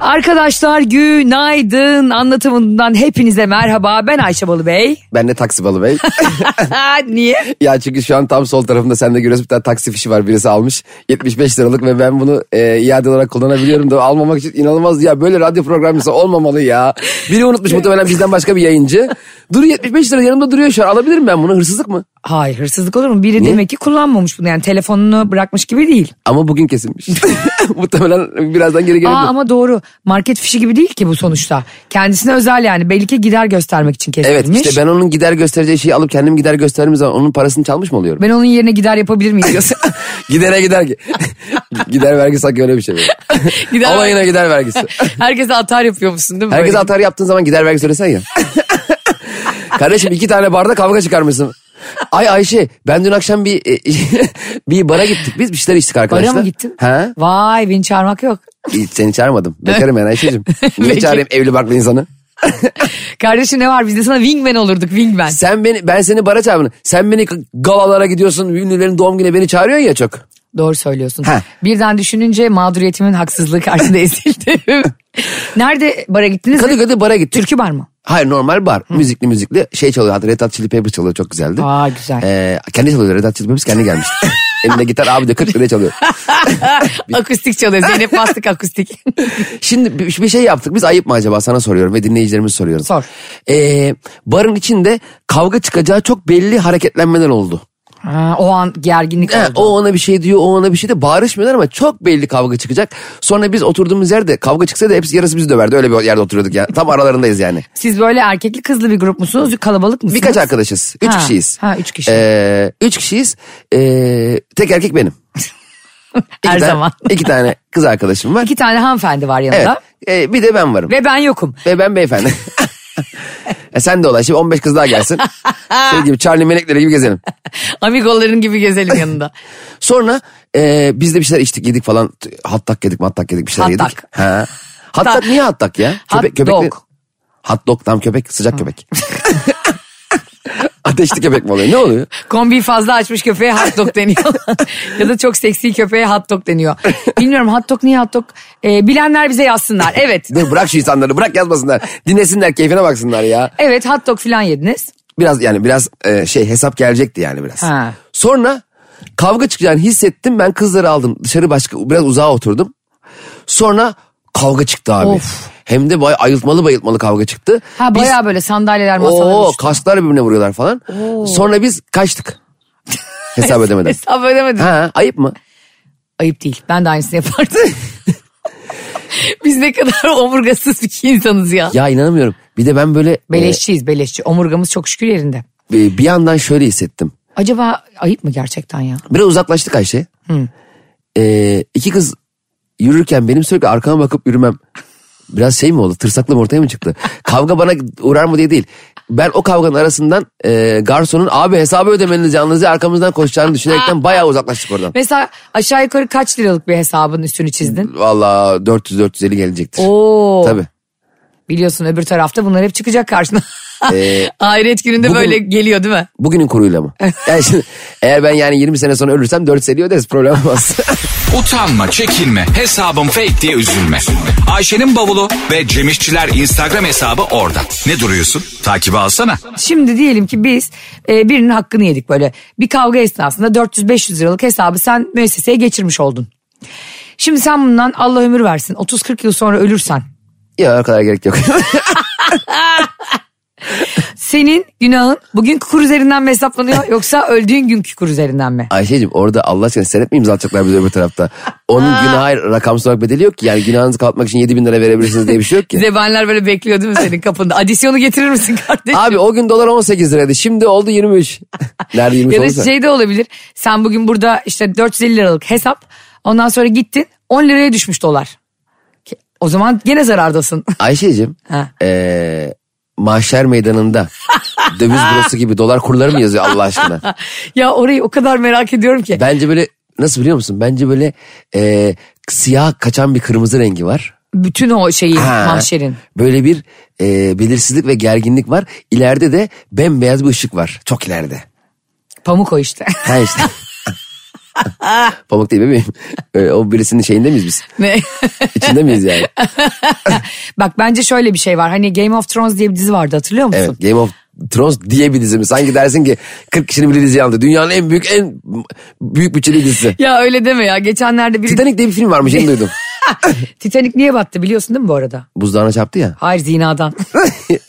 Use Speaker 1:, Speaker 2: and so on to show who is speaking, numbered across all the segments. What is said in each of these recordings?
Speaker 1: Arkadaşlar günaydın. Anlatımından hepinize merhaba. Ben Ayşe Balıbey.
Speaker 2: Ben de taksi balı bey.
Speaker 1: Niye?
Speaker 2: ya çünkü şu an tam sol tarafımda sen de görüyorsun bir tane taksi fişi var birisi almış. 75 liralık ve ben bunu e, iade olarak kullanabiliyorum da almamak için inanılmaz ya böyle radyo programcısı olmamalı ya. Biri unutmuş muhtemelen bizden başka bir yayıncı. Dur 75 lira yanımda duruyor şu an alabilirim ben bunu hırsızlık mı?
Speaker 1: Hayır hırsızlık olur mu? Biri demek ki kullanmamış bunu yani telefonunu bırakmış gibi değil.
Speaker 2: Ama bugün kesilmiş. muhtemelen birazdan geri
Speaker 1: Aa,
Speaker 2: gelebilir.
Speaker 1: ama doğru market fişi gibi değil ki bu sonuçta. Kendisine özel yani belki gider göstermek için
Speaker 2: Evet
Speaker 1: kesilmiş.
Speaker 2: işte ben onun gider göstereceği şeyi alıp kendim gider gösterdiğim zaman onun parasını çalmış mı oluyorum?
Speaker 1: Ben onun yerine gider yapabilir miyim diyorsun.
Speaker 2: Gidere gider ki. gider vergisi sanki öyle bir şey. böyle.
Speaker 1: Gider
Speaker 2: Ama
Speaker 1: vergi-
Speaker 2: yine gider vergisi.
Speaker 1: Herkese atar yapıyormuşsun değil mi?
Speaker 2: Herkes
Speaker 1: Böyle?
Speaker 2: atar yaptığın zaman gider vergi söylesen ya. Kardeşim iki tane barda kavga çıkarmışsın. Ay Ayşe ben dün akşam bir e, bir bara gittik biz bir şeyler içtik arkadaşlar.
Speaker 1: Bara mı gittin?
Speaker 2: He?
Speaker 1: Vay beni çağırmak yok.
Speaker 2: Hiç Seni çağırmadım. Bekarım ben Ayşe'cim. Niye
Speaker 1: Peki.
Speaker 2: çağırayım evli barklı insanı?
Speaker 1: Kardeşim ne var biz de sana wingman olurduk wingman.
Speaker 2: Sen beni ben seni bara çağırmadım. Sen beni galalara gidiyorsun ünlülerin doğum gününe beni çağırıyorsun ya çok.
Speaker 1: Doğru söylüyorsun.
Speaker 2: Ha.
Speaker 1: Birden düşününce mağduriyetimin haksızlığı karşısında ezildim. Nerede bara gittiniz?
Speaker 2: Kadıköy'de bara gittik.
Speaker 1: Türkü bar mı?
Speaker 2: Hayır normal bar. Müzikli müzikli şey çalıyor. Hatta Red Hot Chili Peppers çalıyor çok güzeldi.
Speaker 1: Aa, güzel.
Speaker 2: Ee, kendi çalıyor Red Hot Chili Peppers kendi gelmiş. Elinde gitar abi de 40 liraya çalıyor.
Speaker 1: akustik çalıyor. Zeynep Bastık akustik.
Speaker 2: Şimdi bir bir şey yaptık biz ayıp mı acaba sana soruyorum ve dinleyicilerimiz soruyorum.
Speaker 1: Sor.
Speaker 2: Ee, barın içinde kavga çıkacağı çok belli hareketlenmeler oldu.
Speaker 1: ha, o an gerginlik
Speaker 2: He,
Speaker 1: oldu.
Speaker 2: o ona bir şey diyor o ona bir şey de bağırışmıyorlar ama çok belli kavga çıkacak. Sonra biz oturduğumuz yerde kavga çıksa da hepsi yarısı bizi döverdi öyle bir yerde oturuyorduk ya. Tam aralarındayız yani.
Speaker 1: Siz böyle erkekli kızlı bir grup musunuz? Kalabalık mısınız?
Speaker 2: Birkaç arkadaşız. Üç
Speaker 1: Ha,
Speaker 2: kişiyiz.
Speaker 1: ha, üç kişi.
Speaker 2: Ee, üç kişiyiz. Ee, tek erkek benim. İki
Speaker 1: Her
Speaker 2: tane-
Speaker 1: zaman.
Speaker 2: İki tane kız arkadaşım var.
Speaker 1: İki tane hanımefendi var
Speaker 2: Evet.
Speaker 1: yanında.
Speaker 2: Ee, bir de ben varım.
Speaker 1: Ve ben yokum.
Speaker 2: Ve ben beyefendi. e sen de olay şimdi 15 kız daha gelsin. şey gibi Charlie Melekleri gibi gezelim.
Speaker 1: Amigoların gibi gezelim yanında.
Speaker 2: Sonra e, biz de bir şeyler içtik yedik falan. Hattak yedik mattak yedik bir şeyler
Speaker 1: Hot dog.
Speaker 2: yedik. Ha. Hattak niye hattak ya?
Speaker 1: Hot
Speaker 2: köpekli-
Speaker 1: dog.
Speaker 2: Hot dog tam köpek sıcak köpek. Ateşli köpek mi oluyor ne oluyor?
Speaker 1: Kombiyi fazla açmış köpeğe hot dog deniyor. ya da çok seksi köpeğe hot dog deniyor. Bilmiyorum hot dog niye hot dog? Ee, bilenler bize yazsınlar. Evet.
Speaker 2: Dur bırak şu insanları bırak yazmasınlar. Dinlesinler keyfine baksınlar ya.
Speaker 1: Evet hot dog falan yediniz.
Speaker 2: Biraz yani biraz e, şey hesap gelecekti yani biraz.
Speaker 1: Ha.
Speaker 2: Sonra kavga çıkacağını hissettim ben kızları aldım dışarı başka biraz uzağa oturdum. Sonra kavga çıktı abi.
Speaker 1: Of.
Speaker 2: Hem de bayağı ayıltmalı bayıltmalı kavga çıktı.
Speaker 1: Ha
Speaker 2: Biz-
Speaker 1: bayağı böyle sandalyeler masalar
Speaker 2: Oo
Speaker 1: düştü.
Speaker 2: kasklar birbirine vuruyorlar falan. Sonra biz kaçtık. Hesap ödemeden.
Speaker 1: Hesap ödemedim.
Speaker 2: ha ayıp mı?
Speaker 1: Ayıp değil. Ben de aynısını yapardım. Biz ne kadar omurgasız iki insanız ya.
Speaker 2: Ya inanamıyorum. Bir de ben böyle e,
Speaker 1: Beleşçiyiz beleşçi. Omurgamız çok şükür yerinde.
Speaker 2: e, bir yandan şöyle hissettim.
Speaker 1: Acaba ayıp mı gerçekten ya?
Speaker 2: Biraz uzaklaştık Ayşe. Ee, iki kız yürürken benim sürekli arkama bakıp yürümem. Biraz şey mi oldu? Tırsaklığım ortaya mı çıktı? Kavga bana uğrar mı diye değil. Ben o kavganın arasından e, garsonun abi hesabı ödemeniz yalnızca arkamızdan koşacağını düşünerekten bayağı uzaklaştık oradan.
Speaker 1: Mesela aşağı yukarı kaç liralık bir hesabın üstünü çizdin?
Speaker 2: Valla 400-450 gelecektir.
Speaker 1: Oo.
Speaker 2: Tabii.
Speaker 1: Biliyorsun öbür tarafta bunlar hep çıkacak karşına.
Speaker 2: Ee,
Speaker 1: Ahiret gününde
Speaker 2: bugün-
Speaker 1: böyle geliyor değil mi?
Speaker 2: Bugünün kuruyla mı? Yani şimdi, eğer ben yani 20 sene sonra ölürsem 450 öderiz problem olmaz.
Speaker 3: Utanma, çekinme, hesabım fake diye üzülme. Ayşe'nin bavulu ve Cemişçiler Instagram hesabı orada. Ne duruyorsun? Takibi alsana.
Speaker 1: Şimdi diyelim ki biz e, birinin hakkını yedik böyle. Bir kavga esnasında 400-500 liralık hesabı sen müesseseye geçirmiş oldun. Şimdi sen bundan Allah ömür versin 30-40 yıl sonra ölürsen
Speaker 2: ya o kadar gerek yok.
Speaker 1: Senin günahın bugünkü kur üzerinden mi hesaplanıyor yoksa öldüğün günkü kur üzerinden mi?
Speaker 2: Ayşe'cim orada Allah aşkına senet mi imzalatacaklar bizi öbür tarafta? Onun günahı rakamsal olarak bedeli yok ki. Yani günahınızı kapatmak için 7000 bin lira verebilirsiniz diye bir şey yok ki.
Speaker 1: Zebanlar böyle bekliyor değil mi senin kapında? Adisyonu getirir misin kardeşim?
Speaker 2: Abi o gün dolar 18 liraydı. Şimdi oldu 23. Nerede 23
Speaker 1: ya da
Speaker 2: olursa.
Speaker 1: şey de olabilir. Sen bugün burada işte 450 liralık hesap. Ondan sonra gittin 10 liraya düşmüş dolar. Ki- O zaman gene zarardasın.
Speaker 2: Ayşe'cim
Speaker 1: Ha.
Speaker 2: eee, mahşer meydanında döviz bürosu gibi dolar kurları mı yazıyor Allah aşkına?
Speaker 1: ya orayı o kadar merak ediyorum ki.
Speaker 2: Bence böyle nasıl biliyor musun? Bence böyle eee, siyah kaçan bir kırmızı rengi var.
Speaker 1: Bütün o şeyi
Speaker 2: Ha,
Speaker 1: mahşerin.
Speaker 2: Böyle bir e, belirsizlik ve gerginlik var. İleride de bembeyaz bir ışık var. Çok ileride.
Speaker 1: Pamuk o işte.
Speaker 2: Ha işte. Pamuk değil bebeğim. Ee, O birisinin şeyinde miyiz biz?
Speaker 1: Ne?
Speaker 2: İçinde miyiz yani?
Speaker 1: Bak bence şöyle bir şey var. Hani Game of Thrones diye bir dizi vardı hatırlıyor musun?
Speaker 2: Evet Game of Thrones diye bir dizi mi? Sanki dersin ki 40 kişinin bile dizi yandı. Dünyanın en büyük en büyük bütçeli dizisi.
Speaker 1: Ya öyle deme ya. Geçenlerde bir
Speaker 2: Titanic diye bir film varmış yeni duydum.
Speaker 1: Titanic niye battı biliyorsun değil mi bu arada?
Speaker 2: Buzdağına çarptı ya.
Speaker 1: Hayır zinadan.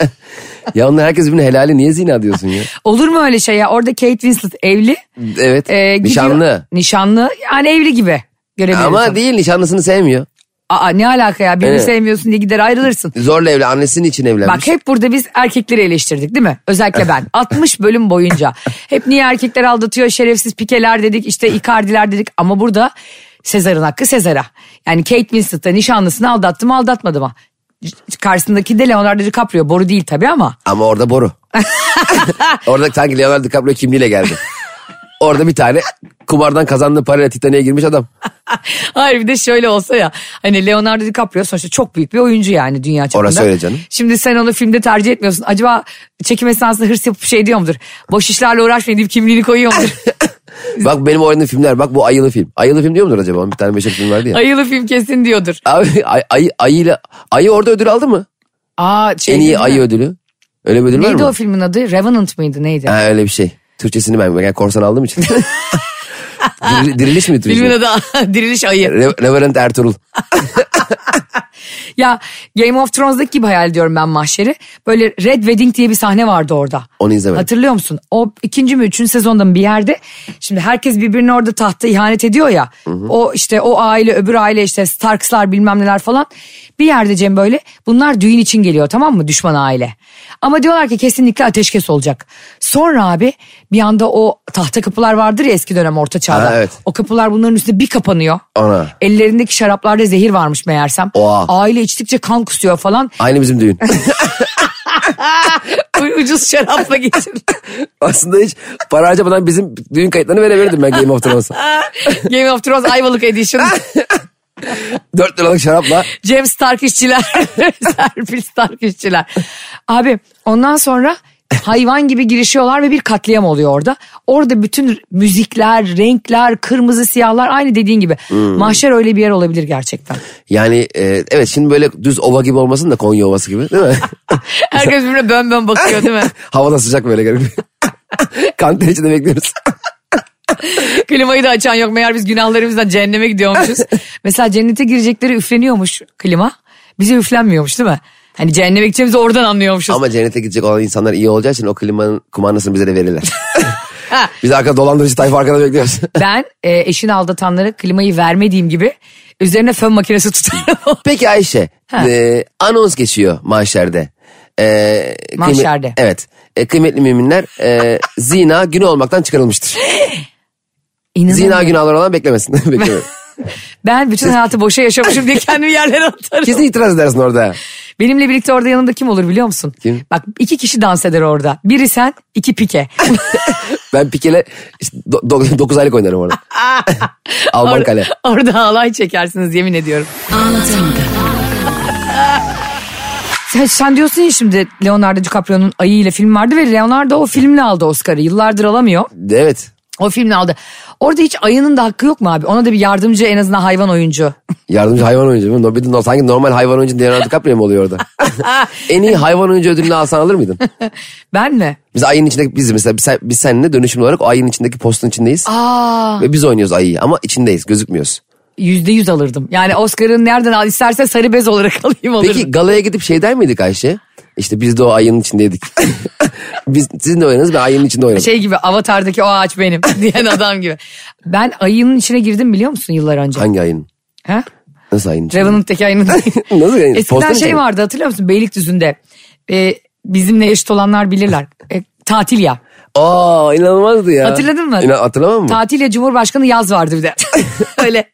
Speaker 2: Ya onlar herkes birbirine helali niye zina diyorsun ya?
Speaker 1: Olur mu öyle şey ya? Orada Kate Winslet evli.
Speaker 2: Evet
Speaker 1: Ee, gidiyor-
Speaker 2: nişanlı.
Speaker 1: Nişanlı. Yani evli gibi. Görebiliriz.
Speaker 2: Ama değil nişanlısını sevmiyor.
Speaker 1: Aa, ne alaka ya? Birini
Speaker 2: Evet.
Speaker 1: sevmiyorsun diye gider ayrılırsın.
Speaker 2: Zorla evli annesinin için evlenmiş.
Speaker 1: Bak hep burada biz erkekleri eleştirdik değil mi? Özellikle ben. 60 bölüm boyunca. Hep niye erkekler aldatıyor? Şerefsiz pikeler dedik işte ikardiler dedik. Ama burada Sezar'ın hakkı Sezar'a. Yani Kate Winslet da nişanlısını aldattı mı aldatmadı mı? Karşısındaki de Leonardo DiCaprio. Boru değil tabii ama.
Speaker 2: Ama orada boru. orada sanki Leonardo DiCaprio kimliğiyle geldi. Orada bir tane kumardan kazandığı parayla Titanic'e girmiş adam.
Speaker 1: Hayır bir de şöyle olsa ya hani Leonardo DiCaprio sonuçta çok büyük bir oyuncu yani dünya çapında.
Speaker 2: Orası öyle canım.
Speaker 1: Şimdi sen onu filmde tercih etmiyorsun. Acaba çekim esnasında hırs yapıp şey diyor mudur? Boş işlerle uğraşmayın deyip kimliğini koyuyor mudur?
Speaker 2: Bak benim oynadığım filmler bak bu ayılı film. Ayılı film diyor mudur acaba? Bir tane beşer film vardı ya.
Speaker 1: Ayılı film kesin diyordur.
Speaker 2: Abi ay, ayı, ayıyla, ayı orada ödül aldı mı?
Speaker 1: Aa, şey
Speaker 2: en iyi
Speaker 1: değil mi?
Speaker 2: ayı ödülü. Öyle bir ödül var
Speaker 1: Neydi
Speaker 2: mı?
Speaker 1: o filmin adı? Revenant mıydı neydi?
Speaker 2: Ha, öyle bir şey. Türkçesini ben yani korsan aldığım için. Diril- diriliş mi
Speaker 1: Filmin
Speaker 2: Türkçesi?
Speaker 1: adı Diriliş Ayı.
Speaker 2: Re- Reverend Ertuğrul.
Speaker 1: Ya Game of Thrones'daki gibi hayal ediyorum ben mahşeri. Böyle Red Wedding diye bir sahne vardı orada.
Speaker 2: Onu izlemedim.
Speaker 1: Hatırlıyor musun? O ikinci mi üçüncü sezonda mı bir yerde. Şimdi herkes birbirine orada tahta ihanet ediyor ya. O işte o aile öbür aile işte Starks'lar bilmem neler falan. Bir yerde Cem böyle bunlar düğün için geliyor tamam mı düşman aile. Ama diyorlar ki kesinlikle ateşkes olacak. Sonra abi bir anda o tahta kapılar vardır ya eski dönem orta çağda.
Speaker 2: Ha, evet.
Speaker 1: O kapılar bunların üstüne bir kapanıyor.
Speaker 2: Ana.
Speaker 1: Ellerindeki şaraplarda zehir varmış meğersem.
Speaker 2: Oha.
Speaker 1: Aile içtikçe kan kusuyor falan.
Speaker 2: Aynı bizim düğün.
Speaker 1: U- Ucuz şarapla geçin.
Speaker 2: Aslında hiç para harcamadan bizim düğün kayıtlarını verebilirdim ben Game of Thrones'a.
Speaker 1: Game of Thrones Ayvalık Edition.
Speaker 2: 4 liralık şarapla
Speaker 1: Cem Stark işçiler. Serpil Stark işçiler. Abi ondan sonra hayvan gibi girişiyorlar ve bir katliam oluyor orada. Orada bütün müzikler, renkler, kırmızı siyahlar aynı dediğin gibi. Mahşer öyle bir yer olabilir gerçekten.
Speaker 2: Yani e, evet şimdi böyle düz ova gibi olmasın da Konya ovası gibi değil mi?
Speaker 1: Herkes birbirine bön bön bakıyor değil mi?
Speaker 2: Havada sıcak böyle garip. Kantin içinde bekliyoruz.
Speaker 1: Klimayı da açan yok. Meğer biz günahlarımızdan cehenneme gidiyormuşuz. Mesela cennete girecekleri üfleniyormuş klima. Bize üflenmiyormuş değil mi? Hani cehenneme gideceğimizi oradan anlıyormuşuz.
Speaker 2: Ama cennete gidecek olan insanlar iyi olacağı için o klimanın kumandasını bize de verirler.
Speaker 1: Ha,
Speaker 2: Biz arkada dolandırıcı tayfa arkada bekliyoruz.
Speaker 1: ben e, eşini aldatanlara klimayı vermediğim gibi üzerine fön makinesi tutarım.
Speaker 2: Peki Ayşe
Speaker 1: Ha.
Speaker 2: e, anons geçiyor mahşerde. E, kıymet-
Speaker 1: Mahşerde.
Speaker 2: evet. E, kıymetli müminler e, zina günü olmaktan çıkarılmıştır. Zina
Speaker 1: İnanamıyorum.
Speaker 2: günahları olan beklemesin. Beklemeyin.
Speaker 1: Ben bütün hayatı boşa yaşamışım diye kendimi yerlere atarım.
Speaker 2: Kesin itiraz edersin orada.
Speaker 1: Benimle birlikte orada yanımda kim olur biliyor musun?
Speaker 2: Kim?
Speaker 1: Bak iki kişi dans eder orada. Biri sen, iki pike.
Speaker 2: Ben pikele 9 aylık oynarım orada. Alman kale.
Speaker 1: Orada halay çekersiniz yemin ediyorum. Sen, sen diyorsun ya şimdi Leonardo DiCaprio'nun Ayı ile film vardı ve Leonardo o filmle aldı Oscar'ı. Yıllardır alamıyor.
Speaker 2: Evet.
Speaker 1: O filmle aldı. Orada hiç ayının da hakkı yok mu abi? Ona da bir yardımcı en azından hayvan oyuncu.
Speaker 2: Yardımcı hayvan oyuncu mu? No- bir de no- Sanki normal hayvan oyuncu Leonardo DiCaprio mu oluyor orada? en iyi hayvan oyuncu ödülünü alsan alır mıydın?
Speaker 1: Ben mi?
Speaker 2: Biz ayın içindeki biz mesela biz, sen- biz seninle dönüşümlü olarak o ayın içindeki postun içindeyiz.
Speaker 1: Ah. Aa,
Speaker 2: Ve biz oynuyoruz ayıyı ama içindeyiz gözükmüyoruz.
Speaker 1: yüzde yüz alırdım. Yani Oscar'ın nereden al isterse sarı bez olarak alayım alırdım.
Speaker 2: Peki galaya gidip şey der miydik Ayşe? İşte biz de o ayının içindeydik. biz, sizin de oynadınız ben ayının içinde oynadım.
Speaker 1: Şey gibi avatardaki o ağaç benim diyen adam gibi. Ben ayının içine girdim biliyor musun yıllar önce?
Speaker 2: Hangi ayının?
Speaker 1: Ha?
Speaker 2: Nasıl ayının içinde?
Speaker 1: Revenant'taki ayının
Speaker 2: Nasıl yani?
Speaker 1: Eskiden
Speaker 2: Postanın
Speaker 1: şey
Speaker 2: içinde.
Speaker 1: vardı hatırlıyor musun? Beylikdüzü'nde. Ee, bizimle eşit olanlar bilirler. E, tatil ya.
Speaker 2: Aa inanılmazdı ya.
Speaker 1: Hatırladın mı?
Speaker 2: İnan, hatırlamam mı?
Speaker 1: Tatil ya Cumhurbaşkanı yaz vardı bir de. Öyle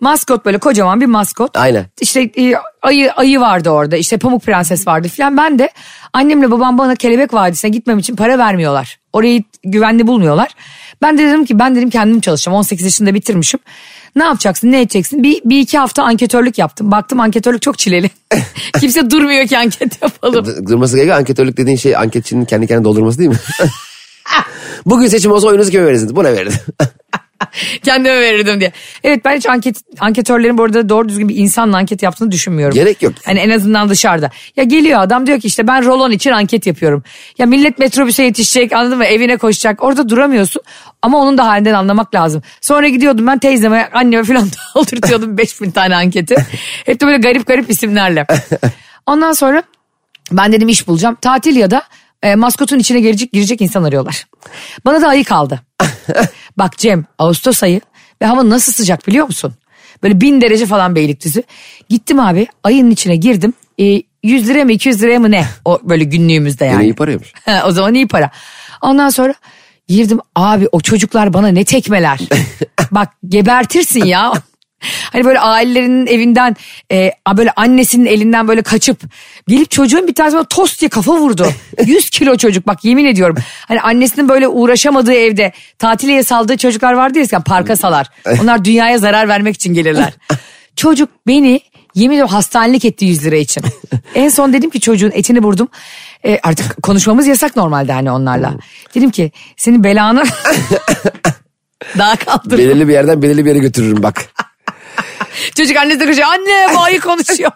Speaker 1: maskot böyle kocaman bir maskot.
Speaker 2: Aynen.
Speaker 1: İşte e, ayı ayı vardı orada. işte Pamuk Prenses vardı filan. Ben de annemle babam bana Kelebek Vadisi'ne gitmem için para vermiyorlar. Orayı güvenli bulmuyorlar. Ben de dedim ki ben dedim kendim çalışacağım. 18 yaşında bitirmişim. Ne yapacaksın ne edeceksin? Bir, bir iki hafta anketörlük yaptım. Baktım anketörlük çok çileli. Kimse durmuyor ki anket yapalım.
Speaker 2: D- Durması gerekiyor. Anketörlük dediğin şey anketçinin kendi kendine doldurması değil mi? Bugün seçim olsa oyunuzu kime verirsiniz? Buna verin.
Speaker 1: Kendime verirdim diye. Evet ben hiç anket anketörlerin bu arada doğru düzgün bir insanla anket yaptığını düşünmüyorum.
Speaker 2: Gerek yok.
Speaker 1: Hani en azından dışarıda. Ya geliyor adam diyor ki işte ben rolon için anket yapıyorum. Ya millet metrobüse yetişecek anladın mı evine koşacak. Orada duramıyorsun ama onun da halinden anlamak lazım. Sonra gidiyordum ben teyzeme anneme falan doldurtuyordum 5000 tane anketi. Hep de böyle garip garip isimlerle. Ondan sonra ben dedim iş bulacağım. Tatil ya da e, maskotun içine girecek girecek insan arıyorlar. Bana da ayı kaldı. Bak Cem Ağustos ayı ve hava nasıl sıcak biliyor musun? Böyle bin derece falan Beylikdüzü. Gittim abi ayının içine girdim. E, 100 liraya mı 200 liraya mı ne? O böyle günlüğümüzde yani.
Speaker 2: Yani iyi paraymış.
Speaker 1: Ha, o zaman iyi para. Ondan sonra girdim abi o çocuklar bana ne tekmeler. Bak gebertirsin ya. Hani böyle ailelerinin evinden e, a- böyle annesinin elinden böyle kaçıp gelip çocuğun bir tanesi bana tost diye kafa vurdu. 100 kilo çocuk bak yemin ediyorum. Hani annesinin böyle uğraşamadığı evde tatiliye saldığı çocuklar vardı ya eskiden, parka salar. Onlar dünyaya zarar vermek için gelirler. Çocuk beni yemin ediyorum hastanelik etti 100 lira için. en son dedim ki çocuğun etini vurdum. E, artık konuşmamız yasak normalde hani onlarla. Dedim ki senin belanı daha kaldır.
Speaker 2: belirli bir yerden belirli bir yere götürürüm bak.
Speaker 1: Çocuk annesi de koşuyor. Anne bu ayı konuşuyor.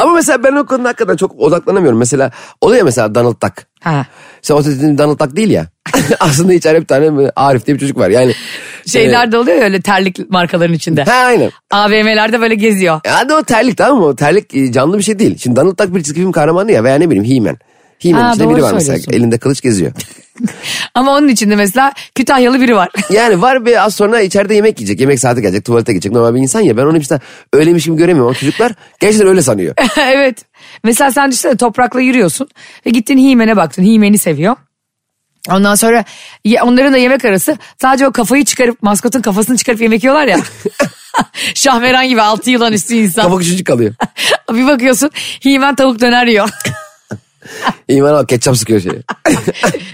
Speaker 2: Ama mesela ben o konuda hakikaten çok odaklanamıyorum. Mesela oluyor ya mesela Donald Duck.
Speaker 1: ha.
Speaker 2: Sen o dediğin Donald Duck değil ya. Aslında içeride bir tane böyle Arif diye bir çocuk var. Yani e,
Speaker 1: Şeyler de oluyor ya öyle terlik markaların içinde.
Speaker 2: Ha aynen.
Speaker 1: AVM'lerde böyle geziyor.
Speaker 2: E, Hadi o terlik tamam mı? O terlik e, canlı bir şey değil. Şimdi Donald Duck bir çizgi film kahramanı ya veya ne bileyim He-Man. He-Man'in
Speaker 1: Ha,
Speaker 2: içinde biri
Speaker 1: doğru
Speaker 2: var mesela.
Speaker 1: söylüyorsun.
Speaker 2: Elinde kılıç geziyor.
Speaker 1: Ama onun içinde mesela Kütahyalı biri var.
Speaker 2: Yani var ve az sonra içeride yemek yiyecek. Yemek saati gelecek. Tuvalete gidecek. Normal bir insan ya. Ben onu işte öyleymiş gibi şey göremiyorum. Ama çocuklar gerçekten öyle sanıyor.
Speaker 1: evet. Mesela sen işte toprakla yürüyorsun ve gittin Himen'e baktın. Himen'i seviyor. Ondan sonra ye- onların da yemek arası sadece o kafayı çıkarıp maskotun kafasını çıkarıp yemek yiyorlar ya. Şahmeran gibi altı yılan üstü insan.
Speaker 2: Kafa küçücük kalıyor.
Speaker 1: bir bakıyorsun Himen tavuk döner yiyor.
Speaker 2: İman al ketçap sıkıyor şeye.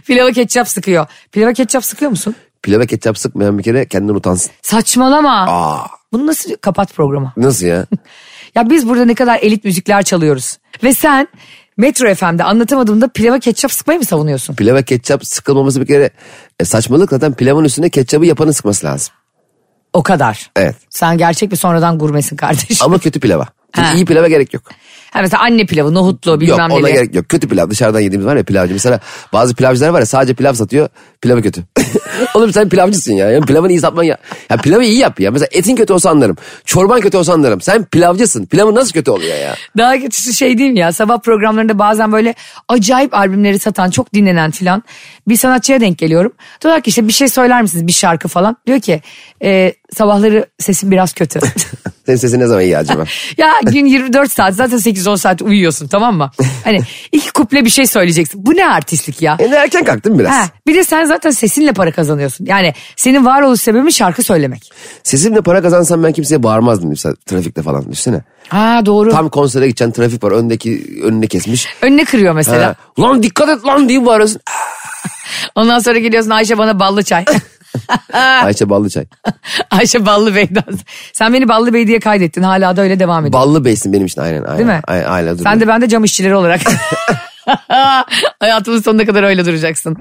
Speaker 1: Pilava ketçap sıkıyor. Pilava ketçap sıkıyor musun?
Speaker 2: Pilava ketçap sıkmayan bir kere kendinden utansın.
Speaker 1: Saçmalama.
Speaker 2: Aa,
Speaker 1: Bunu nasıl kapat programı?
Speaker 2: nasıl ya?
Speaker 1: Ya biz burada ne kadar elit müzikler çalıyoruz. Ve sen Metro FM'de anlatamadığımda pilava ketçap sıkmayı mı savunuyorsun?
Speaker 2: Pilava ketçap sıkılmaması bir kere e, saçmalık. Zaten pilavın üstüne ketçabı yapanın sıkması lazım.
Speaker 1: O kadar.
Speaker 2: Evet.
Speaker 1: Sen gerçek bir sonradan gurmesin kardeşim.
Speaker 2: Ama kötü pilava. Çünkü
Speaker 1: Ha.
Speaker 2: iyi pilava gerek yok.
Speaker 1: Ha mesela anne pilavı, nohutlu bilmem
Speaker 2: yok ona
Speaker 1: neli.
Speaker 2: gerek yok. Kötü pilav dışarıdan yediğimiz var ya pilavcı. Mesela bazı pilavcılar var ya sadece pilav satıyor. Pilavı kötü. Oğlum sen pilavcısın ya. Yani pilavını iyi satman ya. Ya pilavı iyi yap ya. Mesela etin kötü olsa anlarım. Çorban kötü olsa anlarım. Sen pilavcısın. Pilavın nasıl kötü oluyor ya?
Speaker 1: Daha kötüsü şey değil mi ya sabah programlarında bazen böyle acayip albümleri satan çok dinlenen filan bir sanatçıya denk geliyorum. Diyorlar ki işte bir şey söyler misiniz bir şarkı falan. Diyor ki "E, sabahları sesim biraz kötü.
Speaker 2: Senin sesin ne zaman iyi acaba?
Speaker 1: ya gün 24 saat zaten 8-10 saat uyuyorsun tamam mı? Hani iki kuple bir şey söyleyeceksin. Bu ne artistlik ya?
Speaker 2: E ne erken kalktın biraz.
Speaker 1: Ha, bir de sen zaten sesinle para kazanıyorsun. Yani senin varoluş sebebin şarkı söylemek.
Speaker 2: Sesimle para kazansam ben kimseye bağırmazdım. Mesela trafikte falan düşünsene.
Speaker 1: Ha doğru.
Speaker 2: Tam konsere gideceksin trafik var öndeki önüne kesmiş.
Speaker 1: Önüne kırıyor mesela.
Speaker 2: Ha, Lan dikkat et lan diye bağırıyorsun.
Speaker 1: Ondan sonra geliyorsun Ayşe bana ballı çay.
Speaker 2: Ayşe Ballıçay.
Speaker 1: Ayşe Ballı Bey'den. Sen beni Ballı Bey diye kaydettin. Hala da öyle devam ediyor.
Speaker 2: Ballı beysin benim için aynen. aynen.
Speaker 1: Değil mi?
Speaker 2: Aynen, aynen, dur.
Speaker 1: Sen de ben de cam işçileri olarak. Hayatımın sonuna kadar öyle duracaksın.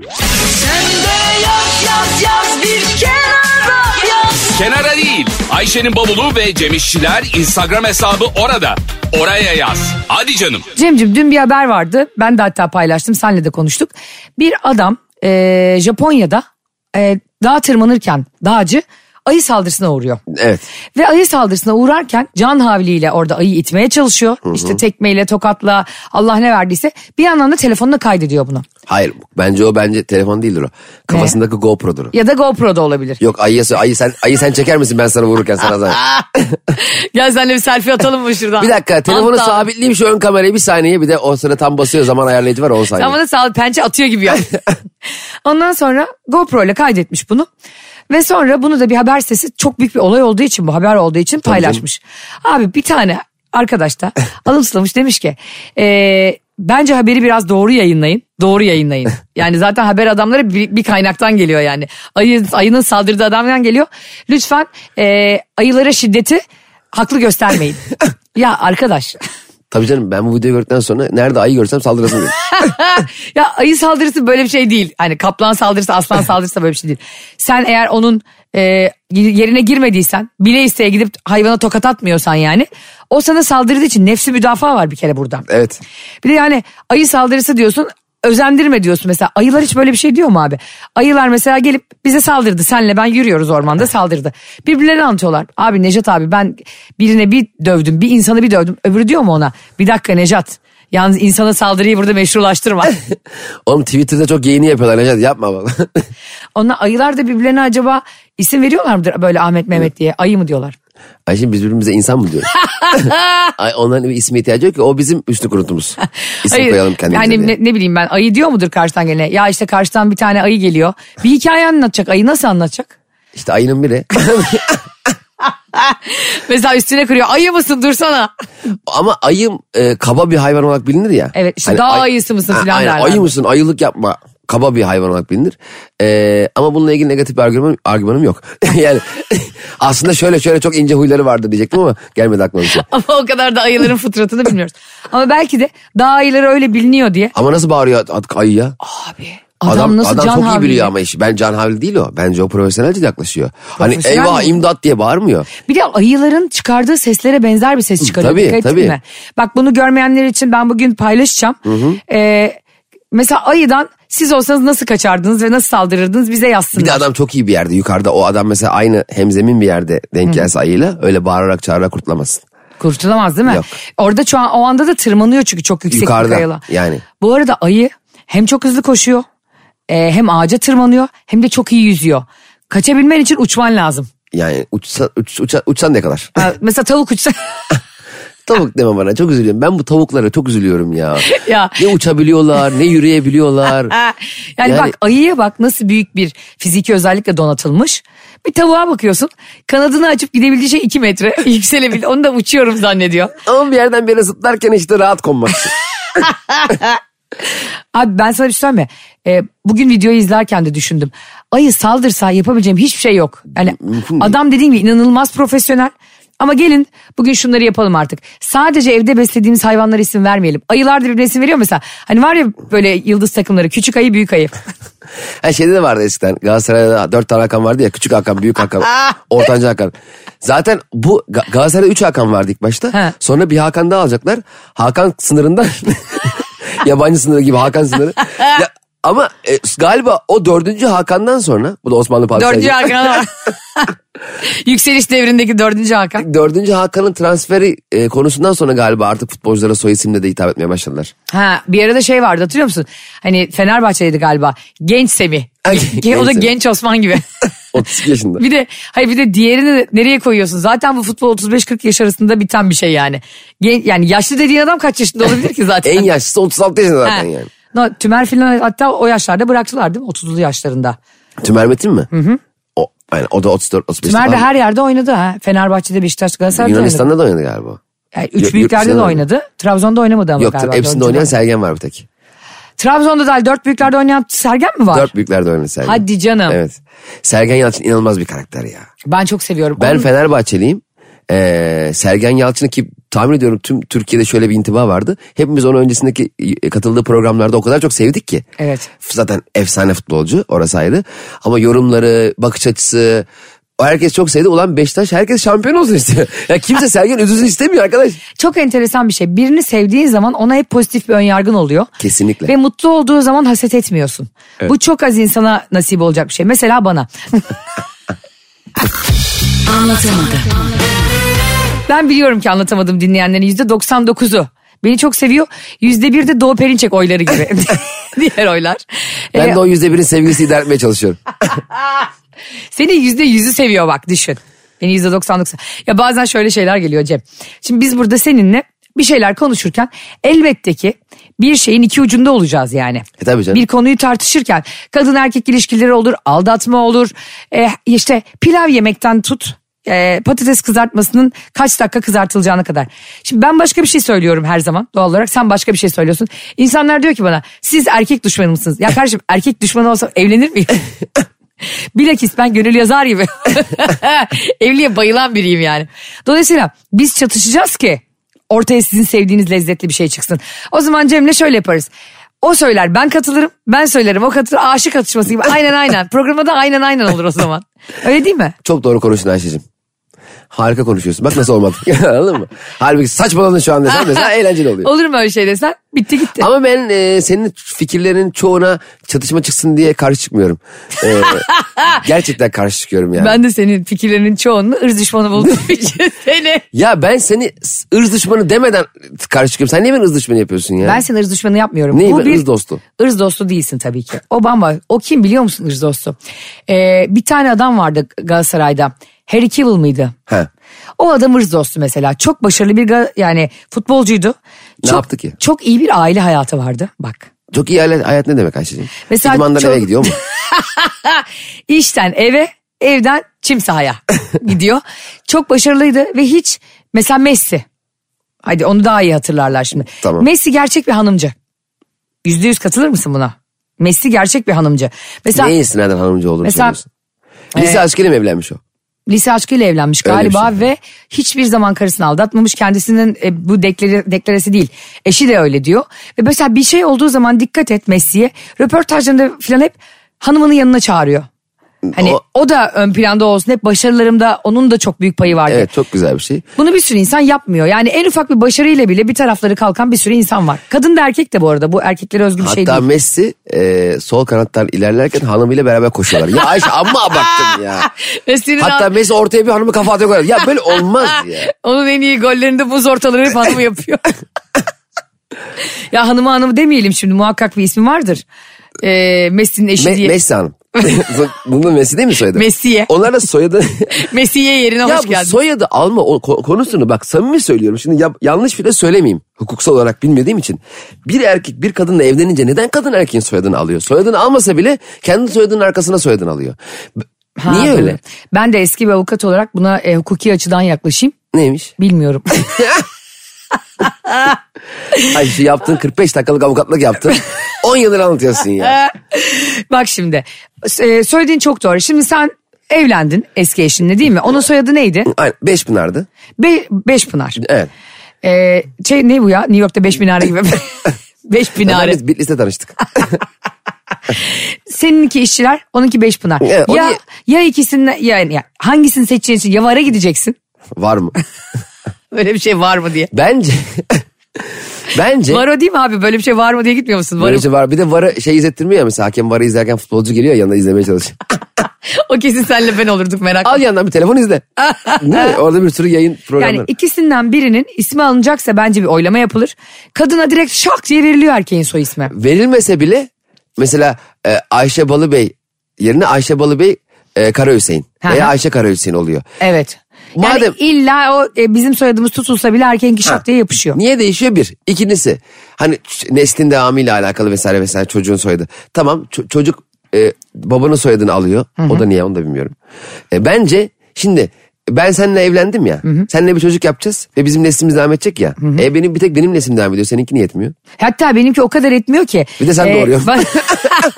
Speaker 3: Kenara değil. Ayşe'nin bavulu ve Cemişçiler Instagram hesabı orada. Oraya yaz. Hadi canım.
Speaker 1: Cemcim dün bir haber vardı. Ben de hatta paylaştım. Senle de konuştuk. Bir adam e, Japonya'da e, dağ tırmanırken dağcı ayı saldırısına uğruyor.
Speaker 2: Evet.
Speaker 1: Ve ayı saldırısına uğrarken can havliyle orada ayı itmeye çalışıyor. İşte tekmeyle, tokatla, Allah ne verdiyse. Bir yandan da telefonuna kaydediyor bunu.
Speaker 2: Hayır bence o bence telefon değildir o. Kafasındaki GoPro'dur o.
Speaker 1: Ya da GoPro'da olabilir.
Speaker 2: Yok ayıya sö- ayı sen ayı sen çeker misin ben sana vururken sana zaten.
Speaker 1: Gel senle bir selfie atalım mı şuradan?
Speaker 2: Bir dakika telefonu
Speaker 1: Hatta-
Speaker 2: sabitleyeyim şu ön kamerayı bir saniye bir de o sıra tam basıyor zaman ayarlayıcı var 10 saniye.
Speaker 1: Sen bana sağ pençe atıyor gibi yani. Ondan sonra GoPro ile kaydetmiş bunu. Ve sonra bunu da bir haber sitesi çok büyük bir olay olduğu için bu haber olduğu için paylaşmış. Abi bir tane arkadaş da alımsızlamış demiş ki "Ee, Bence haberi biraz doğru yayınlayın. Doğru yayınlayın. Yani zaten haber adamları bir, bir kaynaktan geliyor yani. Ayı, ayının saldırdığı adamdan geliyor. Lütfen e, ayılara şiddeti haklı göstermeyin. ya arkadaş.
Speaker 2: Tabii canım ben bu videoyu gördükten sonra nerede ayı görsem saldırasın dedim.
Speaker 1: ya ayı saldırısı böyle bir şey değil. Hani kaplan saldırısı, aslan saldırısı da böyle bir şey değil. Sen eğer onun e, yerine girmediysen, bile isteye gidip hayvana tokat atmıyorsan yani. O sana saldırdığı için nefsi müdafaa var bir kere burada.
Speaker 2: Evet.
Speaker 1: Bir de yani ayı saldırısı diyorsun, özendirme diyorsun mesela. Ayılar hiç böyle bir şey diyor mu abi? Ayılar mesela gelip bize saldırdı. Senle ben yürüyoruz ormanda saldırdı. Birbirlerine anlatıyorlar. Abi Nejat abi ben birine bir dövdüm, bir insanı bir dövdüm. Öbürü diyor mu ona? Bir dakika Nejat. Yalnız insana saldırıyı burada meşrulaştırma.
Speaker 2: Oğlum Twitter'da çok yayını yapıyorlar Necat yapma baba.
Speaker 1: Onlar ayılar da birbirlerine acaba isim veriyorlar mıdır böyle Ahmet Mehmet diye? Ayı mı diyorlar?
Speaker 2: Ay şimdi biz birbirimize insan mı diyoruz? Ay onların bir ismi ihtiyacı yok ki o bizim üstü kurutumuz. İsim
Speaker 1: Hayır,
Speaker 2: koyalım kendimize
Speaker 1: yani
Speaker 2: diye.
Speaker 1: ne, ne bileyim ben ayı diyor mudur karşıdan gelene? Ya işte karşıdan bir tane ayı geliyor. Bir hikaye anlatacak. Ayı nasıl anlatacak?
Speaker 2: İşte ayının biri.
Speaker 1: Mesela üstüne kırıyor. Ayı mısın dursana.
Speaker 2: Ama ayım e, kaba bir hayvan olarak bilinir ya. Hani
Speaker 1: Evet, işte dağ ayısı mısın
Speaker 2: Ha,
Speaker 1: filan
Speaker 2: aynen,
Speaker 1: derler.
Speaker 2: Ayı mısın ayılık yapma kaba bir hayvan olarak bilinir. E, ama bununla ilgili negatif bir argümanım, argümanım yok. yani aslında şöyle şöyle çok ince huyları vardı diyecektim ama gelmedi aklıma bir şey.
Speaker 1: Ama o kadar da ayıların fıtratını bilmiyoruz. Ama belki de daha ayıları öyle biliniyor diye.
Speaker 2: Ama nasıl bağırıyor at- ayı ya?
Speaker 1: Abi adam, nasıl
Speaker 2: adam
Speaker 1: can
Speaker 2: çok iyi
Speaker 1: havliyle-
Speaker 2: biliyor ama işi. Ben can havli değil o. Bence o profesyonelce yaklaşıyor. Hani
Speaker 1: Profesyonel
Speaker 2: eyvah
Speaker 1: mi?
Speaker 2: imdat diye bağırmıyor.
Speaker 1: Bir de ayıların çıkardığı seslere benzer bir ses çıkarıyor.
Speaker 2: Tabii,
Speaker 1: Dikkat ettin
Speaker 2: tabii.
Speaker 1: mi? Bak bunu görmeyenler için ben bugün paylaşacağım. Ee, mesela ayıdan siz olsanız nasıl kaçardınız ve nasıl saldırırdınız bize yazsınlar.
Speaker 2: Bir de adam çok iyi bir yerde yukarıda. O adam mesela aynı hemzemin bir yerde denk gelse ayıyla öyle bağırarak çağırarak kurtulamasın.
Speaker 1: Kurtulamaz değil mi?
Speaker 2: Yok.
Speaker 1: Orada şu an o anda da tırmanıyor çünkü çok yüksek
Speaker 2: Yukarıda,
Speaker 1: bir kayala.
Speaker 2: yani.
Speaker 1: Bu arada ayı hem çok hızlı koşuyor e, hem ağaca tırmanıyor hem de çok iyi yüzüyor. Kaçabilmen için uçman lazım.
Speaker 2: Yani uçsa, uç, uça- uçsan ne kadar?
Speaker 1: Ha, Mesela tavuk uçsa
Speaker 2: Tavuk deme bana çok üzülüyorum. Ben bu tavuklara çok üzülüyorum ya.
Speaker 1: Ya.
Speaker 2: Ne uçabiliyorlar ne yürüyebiliyorlar.
Speaker 1: Ha, yani,
Speaker 2: Yani-
Speaker 1: bak ayıya bak nasıl büyük bir fiziki özellikle donatılmış. Bir tavuğa bakıyorsun kanadını açıp gidebildiği şey 2 metre yükselebilir. Onu da uçuyorum zannediyor.
Speaker 2: Ama bir yerden beni zıplarken işte rahat konmaz.
Speaker 1: Abi ben sana bir şey söyleyeyim mi? Ee, bugün videoyu izlerken de düşündüm. Ayı saldırsa yapabileceğim hiçbir şey yok. Yani
Speaker 2: Mümkün değil.
Speaker 1: adam dediğim gibi inanılmaz profesyonel. Ama gelin bugün şunları yapalım artık. Sadece evde beslediğimiz hayvanlara isim vermeyelim. Ayılar da birbirine isim veriyor mesela. Hani var ya böyle yıldız takımları küçük ayı büyük ayı.
Speaker 2: Her şeyde de vardı eskiden. Galatasaray'da dört tane Hakan vardı ya. Küçük Hakan, büyük Hakan,
Speaker 1: Ah!
Speaker 2: ortanca Hakan. Zaten bu Ga- Galatasaray'da üç Hakan vardı ilk başta.
Speaker 1: He.
Speaker 2: Sonra bir Hakan daha alacaklar. Hakan sınırında yabancı sınırı gibi Hakan sınırı. Ya, ama e, galiba o dördüncü Hakan'dan sonra bu da Osmanlı padişahı.
Speaker 1: Dördüncü
Speaker 2: gibi.
Speaker 1: Hakan. Yükseliş devrindeki dördüncü Hakan.
Speaker 2: Dördüncü Hakan'ın transferi e, konusundan sonra galiba artık futbolculara soy isimle de hitap etmeye başladılar.
Speaker 1: Ha bir arada şey vardı hatırlıyor musun? Hani Fenerbahçe'deydi galiba. Genç Semih.
Speaker 2: Ay,
Speaker 1: Ge- o da
Speaker 2: genç Semih.
Speaker 1: genç Osman gibi.
Speaker 2: 32 yaşında.
Speaker 1: bir de hayır bir de diğerini de nereye koyuyorsun? Zaten bu futbol 35-40 yaş arasında biten bir şey yani. Gen- yani yaşlı dediğin adam kaç yaşında olabilir ki zaten?
Speaker 2: en yaşlısı 36 yaşında
Speaker 1: Ha.
Speaker 2: zaten yani.
Speaker 1: No, tümer filan hatta o yaşlarda bıraktılar değil mi? 30'lu yaşlarında.
Speaker 2: Tümer Metin mi? Hı hı. O, aynen, o da 34 35
Speaker 1: Tümer de
Speaker 2: falan.
Speaker 1: her yerde oynadı ha. Fenerbahçe'de, Beşiktaş'ta, Galatasaray'da oynadı.
Speaker 2: Yunanistan'da da oynadı galiba.
Speaker 1: Yani üç
Speaker 2: Yurt-
Speaker 1: büyüklerde de
Speaker 2: yurtdışında
Speaker 1: oynadı. Trabzon'da oynamadı ama
Speaker 2: Yok
Speaker 1: galiba.
Speaker 2: hepsinde
Speaker 1: dördüncü
Speaker 2: oynayan
Speaker 1: de.
Speaker 2: Sergen var bir tek.
Speaker 1: Trabzon'da da dört büyüklerde oynayan Sergen mi var?
Speaker 2: Dört büyüklerde oynayan Sergen.
Speaker 1: Hadi canım.
Speaker 2: Evet. Sergen Yalçın inanılmaz bir karakter ya.
Speaker 1: Ben çok seviyorum.
Speaker 2: Ben
Speaker 1: Onun-
Speaker 2: Fenerbahçeliyim. Ee, Sergen Yalçın'ı ki tahmin ediyorum tüm Türkiye'de şöyle bir intiba vardı. Hepimiz onun öncesindeki e, katıldığı programlarda o kadar çok sevdik ki.
Speaker 1: Evet.
Speaker 2: Zaten efsane futbolcu orası ayrı. Ama yorumları, bakış açısı herkes çok sevdi. Ulan Beşiktaş herkes şampiyon olsun istiyor. Ya kimse Sergen üzülsün istemiyor arkadaş.
Speaker 1: Çok enteresan bir şey. Birini sevdiğin zaman ona hep pozitif bir önyargın oluyor.
Speaker 2: Kesinlikle.
Speaker 1: Ve mutlu olduğu zaman haset etmiyorsun. Bu çok az insana nasip olacak bir şey. Mesela bana. Ben biliyorum ki anlatamadım dinleyenlerin yüzde 99'u. Beni çok seviyor. Yüzde bir de Doğu Perinçek oyları gibi. Diğer oylar.
Speaker 2: Ben
Speaker 1: Ee,
Speaker 2: de o yüzde birin sevgilisi idare etmeye çalışıyorum.
Speaker 1: Seni yüzde yüzü seviyor bak düşün. Beni yüzde doksan doksan. Ya bazen şöyle şeyler geliyor Cem. Şimdi biz burada seninle bir şeyler konuşurken elbette ki bir şeyin iki ucunda olacağız yani.
Speaker 2: E tabii canım.
Speaker 1: Bir konuyu tartışırken kadın erkek ilişkileri olur, aldatma olur. E, işte pilav Eh, yemekten tut e, patates kızartmasının kaç dakika kızartılacağına kadar. Şimdi ben başka bir şey söylüyorum her zaman doğal olarak sen başka bir şey söylüyorsun. İnsanlar diyor ki bana siz erkek düşmanı mısınız? Ya kardeşim erkek düşmanı olsam evlenir miyim? Bilakis ben gönül yazar gibi. Evliye bayılan biriyim yani. Dolayısıyla biz çatışacağız ki ortaya sizin sevdiğiniz lezzetli bir şey çıksın. O zaman Cem'le şöyle yaparız. O söyler ben katılırım ben söylerim o katılır aşık atışması gibi aynen aynen programa da aynen aynen olur o zaman. Öyle değil mi?
Speaker 2: Çok doğru konuştun Ayşe'cim. Harika konuşuyorsun. Bak nasıl olmadı. Anladın mı? Halbuki saçmaladın şu an desem mesela eğlenceli oluyor.
Speaker 1: Olur mu öyle şey desen? Bitti gitti.
Speaker 2: Ama ben e, senin fikirlerin çoğuna çatışma çıksın diye karşı çıkmıyorum. E, gerçekten karşı çıkıyorum yani.
Speaker 1: Ben de senin fikirlerinin çoğunu ırz düşmanı bulduğum için seni.
Speaker 2: Ya ben seni ırz düşmanı demeden karşı çıkıyorum. Sen niye beni ırz düşmanı yapıyorsun ya?
Speaker 1: Ben seni ırz düşmanı yapmıyorum.
Speaker 2: Neyim ben? Irz dostu.
Speaker 1: Irz dostu değilsin tabii ki. O bamba. O kim biliyor musun ırz dostu? Ee, bir tane adam vardı Galatasaray'da. Harry Kewell mıydı?
Speaker 2: He.
Speaker 1: O adam ırz dostu mesela. Çok başarılı bir ga- yani futbolcuydu.
Speaker 2: Ne
Speaker 1: Çok-
Speaker 2: yaptı ki?
Speaker 1: Çok iyi bir aile hayatı vardı bak.
Speaker 2: Çok iyi hayat, hayat ne demek Ayşe'cim?
Speaker 1: Mesela
Speaker 2: Mesela
Speaker 1: çok-
Speaker 2: eve gidiyor mu?
Speaker 1: İşten eve, evden çim sahaya gidiyor. Çok başarılıydı ve hiç mesela Messi. Hadi onu daha iyi hatırlarlar şimdi.
Speaker 2: Tamam.
Speaker 1: Messi gerçek bir hanımcı. Yüzde yüz katılır mısın buna? Messi gerçek bir hanımcı. Mesela
Speaker 2: Neyin sinirden hanımcı olduğunu
Speaker 1: Mesela-
Speaker 2: söylüyorsun? Lise
Speaker 1: Ee,
Speaker 2: aşkıyla mı evlenmiş o?
Speaker 1: lise aşkıyla evlenmiş
Speaker 2: Öyle bir
Speaker 1: galiba
Speaker 2: şey.
Speaker 1: ve hiçbir zaman karısını aldatmamış. Kendisinin e, bu dekleri, deklaresi değil. Eşi de öyle diyor. Ve mesela bir şey olduğu zaman dikkat et Messi'ye. Röportajlarında falan hep hanımının yanına çağırıyor. Hani o,
Speaker 2: O-
Speaker 1: da ön planda olsun. Hep başarılarımda onun da çok büyük payı vardı.
Speaker 2: Evet çok güzel bir şey.
Speaker 1: Bunu bir sürü insan yapmıyor. Yani en ufak bir başarıyla bile bir tarafları kalkan bir sürü insan var. Kadın da erkek de bu arada. Bu erkeklere özgü bir şey
Speaker 2: Hatta
Speaker 1: değil.
Speaker 2: Messi e, sol kanattan ilerlerken hanımıyla beraber koşuyorlar. Ya Ayşe amma abarttın ya.
Speaker 1: Messi'nin
Speaker 2: Hatta
Speaker 1: al-
Speaker 2: Messi ortaya bir hanımı kafa atıyor. koyar. Ya böyle olmaz ya.
Speaker 1: Onun en iyi gollerinde buz ortaları hep hanımı yapıyor. ya hanımı hanımı demeyelim şimdi muhakkak bir ismi vardır. Ee, Messi'nin eşi
Speaker 2: Me-
Speaker 1: diye.
Speaker 2: Messi hanım. Bunun Messi değil mi soyadı?
Speaker 1: Messi'ye.
Speaker 2: Onlar da soyadı.
Speaker 1: Messi'ye yerine
Speaker 2: ya
Speaker 1: hoş
Speaker 2: bu
Speaker 1: geldin.
Speaker 2: soyadı alma o ko- konusunu bak samimi söylüyorum. Şimdi ya- yanlış bile söylemeyeyim. Hukuksal olarak bilmediğim için. Bir erkek bir kadınla evlenince neden kadın erkeğin soyadını alıyor? Soyadını almasa bile kendi soyadının arkasına soyadını alıyor. B-
Speaker 1: Ha,
Speaker 2: Niye
Speaker 1: doğru.
Speaker 2: öyle?
Speaker 1: Ben de eski bir avukat olarak buna e, hukuki açıdan yaklaşayım.
Speaker 2: Neymiş?
Speaker 1: Bilmiyorum.
Speaker 2: Ay şu yaptığın 45 dakikalık avukatlık yaptın. 10 yıldır anlatıyorsun ya.
Speaker 1: Bak şimdi e, söylediğin çok doğru. Şimdi sen evlendin eski eşinle değil mi? Onun soyadı neydi?
Speaker 2: Aynen 5 pınardı.
Speaker 1: Be- Beşpınar.
Speaker 2: Evet.
Speaker 1: Ee, şey ne bu ya? New York'ta beş minare gibi. beş
Speaker 2: Yani
Speaker 1: binare.
Speaker 2: biz Bitlis'te tanıştık.
Speaker 1: Seninki işçiler, onunki beş pınar.
Speaker 2: Evet, o
Speaker 1: ya
Speaker 2: niye-
Speaker 1: ya ikisinden yani ya hangisini seçeceğin için ya vara gideceksin.
Speaker 2: Var mı?
Speaker 1: Böyle bir şey var mı diye.
Speaker 2: Bence... Bence...
Speaker 1: Varo değil mi abi? Böyle bir şey var mı diye gitmiyor musun? Varo.
Speaker 2: Böyle şey var. Bir de varı şey izlettirmiyor ya mesela hakem varı izlerken futbolcu geliyor yanında izlemeye çalışıyor.
Speaker 1: o kesin senle ben olurduk merak.
Speaker 2: Al yandan bir telefon izle. ne? Orada bir sürü yayın programları.
Speaker 1: Yani ikisinden birinin ismi alınacaksa bence bir oylama yapılır. Kadına direkt şak diye veriliyor erkeğin soy ismi.
Speaker 2: Verilmese bile mesela e, Ayşe Balıbey yerine Ayşe Balıbey e, Kara Hüseyin
Speaker 1: Hı
Speaker 2: veya
Speaker 1: hı.
Speaker 2: Ayşe Kara Hüseyin oluyor.
Speaker 1: Evet. Yani
Speaker 2: Madem-
Speaker 1: illa o e, bizim soyadımız tutulsa bile erkeğinki şak diye yapışıyor.
Speaker 2: Niye değişiyor bir. İkincisi hani ç- neslin devamıyla alakalı vesaire vesaire çocuğun soyadı. Tamam ço- çocuk e, babanın soyadını alıyor. O da niye onu da bilmiyorum. E, bence şimdi ben seninle evlendim ya. Seninle bir çocuk yapacağız ve bizim neslimiz devam edecek ya. E, benim bir tek benim neslim devam ediyor. Seninki niye etmiyor?
Speaker 1: Hatta benimki o kadar etmiyor ki.
Speaker 2: Bir de sen doğuruyorsun.
Speaker 1: ba-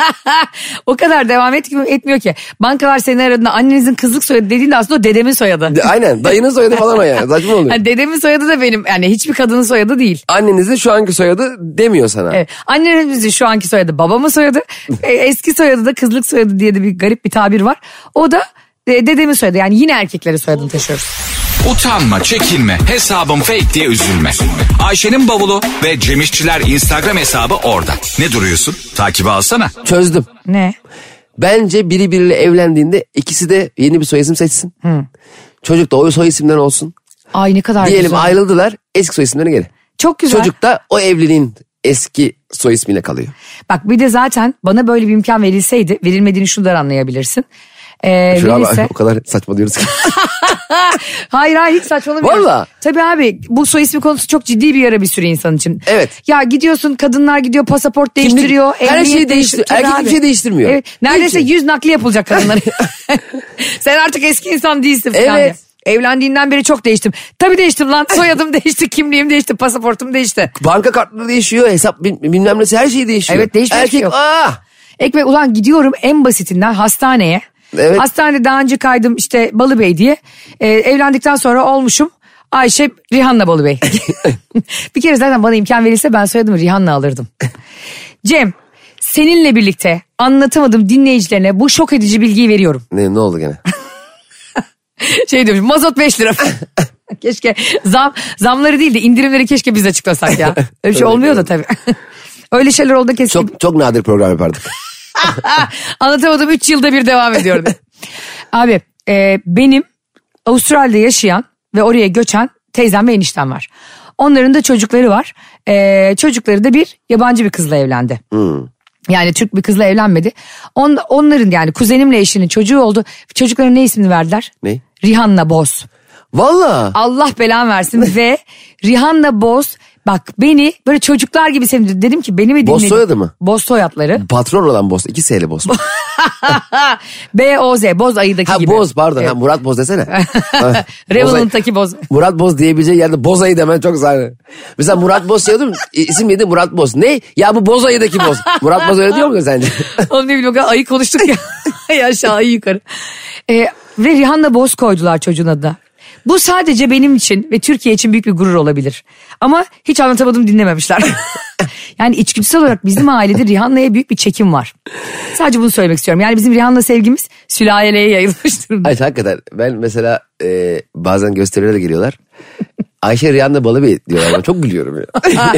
Speaker 1: o kadar devam et, etmiyor ki. Bankalar seni aradığında annenizin kızlık soyadı dediğinde aslında o dedemin soyadı.
Speaker 2: De- Aynen dayının soyadı falan o yani. Saçma oluyor.
Speaker 1: Yani dedemin soyadı da benim. Yani hiçbir kadının soyadı değil.
Speaker 2: Annenizin şu anki soyadı demiyor sana.
Speaker 1: Evet. Annemizin şu anki soyadı babamın soyadı. E, Eski soyadı da kızlık soyadı diye de bir garip bir tabir var. O da e, dedemin soyadı. Yani yine erkeklere soyadını taşıyoruz.
Speaker 3: Utanma, çekinme, hesabım fake diye üzülme. Ayşe'nin bavulu ve Cemişçiler Instagram hesabı orada. Ne duruyorsun? Takibi alsana.
Speaker 2: Çözdüm.
Speaker 1: Ne?
Speaker 2: Bence biri biriyle evlendiğinde ikisi de yeni bir soy isim seçsin. Çocuk da o soy isimden olsun.
Speaker 1: Ay ne kadar
Speaker 2: Diyelim
Speaker 1: güzel.
Speaker 2: ayrıldılar eski soy isimlerine geri.
Speaker 1: Çok güzel.
Speaker 2: Çocuk da o evliliğin eski soy ismiyle kalıyor.
Speaker 1: Bak bir de zaten bana böyle bir imkan verilseydi verilmediğini şundan anlayabilirsin. Ee,
Speaker 2: Şu an
Speaker 1: verilse-
Speaker 2: o kadar saçma diyoruz ki.
Speaker 1: hayır hayır hiç saçmalamıyorum.
Speaker 2: Valla.
Speaker 1: Tabii abi bu soy ismi konusu çok ciddi bir yara bir sürü insan için.
Speaker 2: Evet.
Speaker 1: Ya gidiyorsun kadınlar gidiyor pasaport değiştiriyor.
Speaker 2: her
Speaker 1: emniyet
Speaker 2: şeyi
Speaker 1: değiştir-
Speaker 2: değiştir-
Speaker 1: Tabii
Speaker 2: erkek hiçbir
Speaker 1: abi.
Speaker 2: şey değiştirmiyor.
Speaker 1: Evet, neredeyse
Speaker 2: Niçin?
Speaker 1: yüz nakli yapılacak kadınlara. Sen artık eski insan değilsin falan.
Speaker 2: Evet.
Speaker 1: diye. Evlendiğinden beri çok değiştim. Tabii değiştim lan. Soyadım değişti, kimliğim değişti, pasaportum değişti.
Speaker 2: Banka kartları değişiyor, hesap bil- bilmem nesi her şey değişiyor.
Speaker 1: Evet, değişmiyor
Speaker 2: Erkek,
Speaker 1: hiçbir şey yok.
Speaker 2: ah!
Speaker 1: Ekmek ulan gidiyorum en basitinden hastaneye.
Speaker 2: Evet.
Speaker 1: Hastanede daha önce kaydım işte Balıbey diye. Ee, evlendikten sonra olmuşum Ayşe Rihanna Balıbey. bir kere zaten bana imkan verilse ben soyadımı Rihanna alırdım. Cem seninle birlikte anlatamadım dinleyicilerine bu şok edici bilgiyi veriyorum.
Speaker 2: Ne, ne oldu gene?
Speaker 1: Şey diyormuş mazot 5 lira. keşke zam zamları değil de indirimleri keşke biz açıklasak ya. Öyle bir şey
Speaker 2: Öyle
Speaker 1: olmuyor da tabii. Öyle şeyler oldu kesin.
Speaker 2: Çok çok nadir program yapardık.
Speaker 1: Anlatamadım 3 yılda bir devam ediyorum. Abi e, benim Avustralya'da yaşayan ve oraya göçen teyzem ve eniştem var. Onların da çocukları var. E, çocukları da bir yabancı bir kızla evlendi.
Speaker 2: Hmm.
Speaker 1: Yani Türk bir kızla evlenmedi. On, onların yani kuzenimle eşinin çocuğu oldu. Çocukların ne ismini verdiler?
Speaker 2: Ne?
Speaker 1: Rihanna Boz.
Speaker 2: Valla.
Speaker 1: Allah belan versin ve Rihanna Boz bak beni böyle çocuklar gibi sevdi. Dedim ki beni mi dinledin?
Speaker 2: Boz soyadı mı?
Speaker 1: Boz soyadları.
Speaker 2: Patron olan boz. İki S'li boz.
Speaker 1: B-O-Z boz ayıdaki
Speaker 2: Ha
Speaker 1: gibi.
Speaker 2: boz pardon. Ha, Murat boz desene. Ha, boz ayı.
Speaker 1: Revenant'taki boz.
Speaker 2: Murat Boz diyebileceği yerde Bozay'ı demen çok zahane. Mesela Murat Boz şey diyordum, i- isim neydi Murat Boz. Ne? Ya bu Bozay'daki Boz. Murat Boz öyle diyor mu sence?
Speaker 1: Oğlum ne bileyim ayı konuştuk ya. ya aşağı ayı yukarı. Ee, ve Rihanna Boz koydular çocuğun adına. Bu sadece benim için ve Türkiye için büyük bir gurur olabilir. Ama hiç anlatamadım dinlememişler. yani içgüdüsel olarak bizim ailede Rihanna'ya büyük bir çekim var. Sadece bunu söylemek istiyorum. Yani bizim Rihanna sevgimiz sülaleye yayılmış durumda.
Speaker 2: Hayır hakikaten ben mesela e, bazen gösterilere de geliyorlar. Ayşe Rihanna Balıbey diyorlar. Ben çok gülüyorum ya.
Speaker 1: Ha,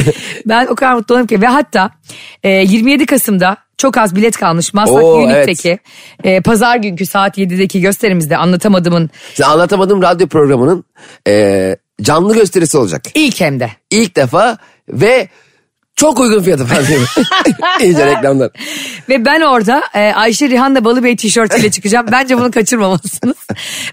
Speaker 1: ben o kadar mutlu oldum ki ve hatta e, 27 Kasım'da çok az bilet kalmış Maslak
Speaker 2: Oo,
Speaker 1: Unique'deki e, pazar günkü saat 7'deki gösterimizde anlatamadığımın
Speaker 2: Size anlatamadığım radyo programının e, canlı gösterisi olacak.
Speaker 1: ilk hem de.
Speaker 2: İlk defa ve çok uygun fiyatı falan diyor. İyice reklamlar.
Speaker 1: Ve ben orada e, Ayşe Rihanna Balıbey tişörtüyle çıkacağım. Bence bunu kaçırmamalısınız.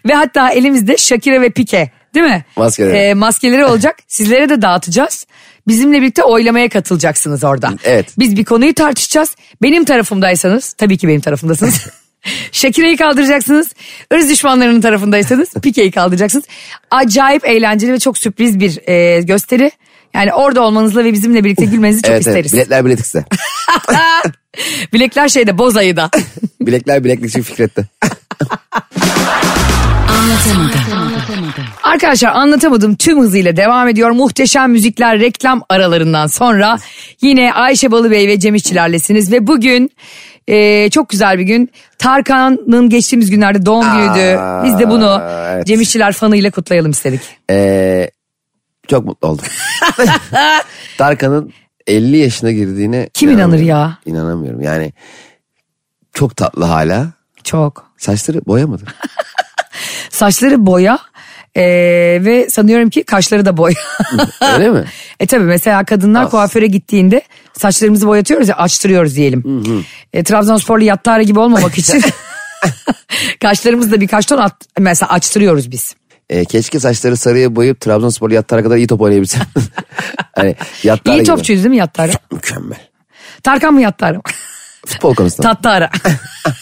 Speaker 1: ve hatta elimizde Shakira ve Pike değil mi?
Speaker 2: Maskeleri.
Speaker 1: E, maskeleri olacak. Sizlere de dağıtacağız. Bizimle birlikte oylamaya katılacaksınız orada.
Speaker 2: Evet.
Speaker 1: Biz bir konuyu tartışacağız. Benim tarafımdaysanız tabii ki benim tarafımdasınız. Shakira'yı kaldıracaksınız. Irz düşmanlarının tarafındaysanız Pike'yi kaldıracaksınız. Acayip eğlenceli ve çok sürpriz bir e, gösteri. Yani orada olmanızla ve bizimle birlikte gülmenizi çok
Speaker 2: evet,
Speaker 1: isteriz.
Speaker 2: evet. Biletler biletikse.
Speaker 1: Bilekler şeyde Bozayı'da.
Speaker 2: Bilekler bileklikçi Fikret'te.
Speaker 1: Arkadaşlar anlatamadım tüm hızıyla devam ediyor. Muhteşem müzikler reklam aralarından sonra yine Ayşe Balıbey ve Cem İşçilerlesiniz. Ve bugün e, çok güzel bir gün. Tarkan'ın geçtiğimiz günlerde doğum günüydü.
Speaker 2: Aa,
Speaker 1: Biz de bunu
Speaker 2: evet.
Speaker 1: Cem İşçiler fanıyla kutlayalım istedik.
Speaker 2: Ee, çok mutlu oldum. Tarkan'ın 50 yaşına girdiğine
Speaker 1: Kim inanır
Speaker 2: inanamıyorum.
Speaker 1: ya?
Speaker 2: İnanamıyorum yani. Çok tatlı hala.
Speaker 1: Çok.
Speaker 2: Saçları boyamadı.
Speaker 1: Saçları boya e, ve sanıyorum ki kaşları da boya.
Speaker 2: Öyle mi?
Speaker 1: E tabii mesela kadınlar
Speaker 2: As.
Speaker 1: kuaföre gittiğinde saçlarımızı boyatıyoruz ya açtırıyoruz diyelim. E, Trabzonsporlu yattara gibi olmamak için kaşlarımızı da birkaç ton at, mesela açtırıyoruz biz.
Speaker 2: Ee, keşke saçları sarıya boyayıp Trabzonsporlu yattara kadar iyi top oynayabilsem. hani yattara
Speaker 1: İyi
Speaker 2: gibi.
Speaker 1: topçuyuz değil mi yattara?
Speaker 2: Mükemmel.
Speaker 1: Tarkan mı yattara?
Speaker 2: Futbol konusunda.
Speaker 1: Tattara.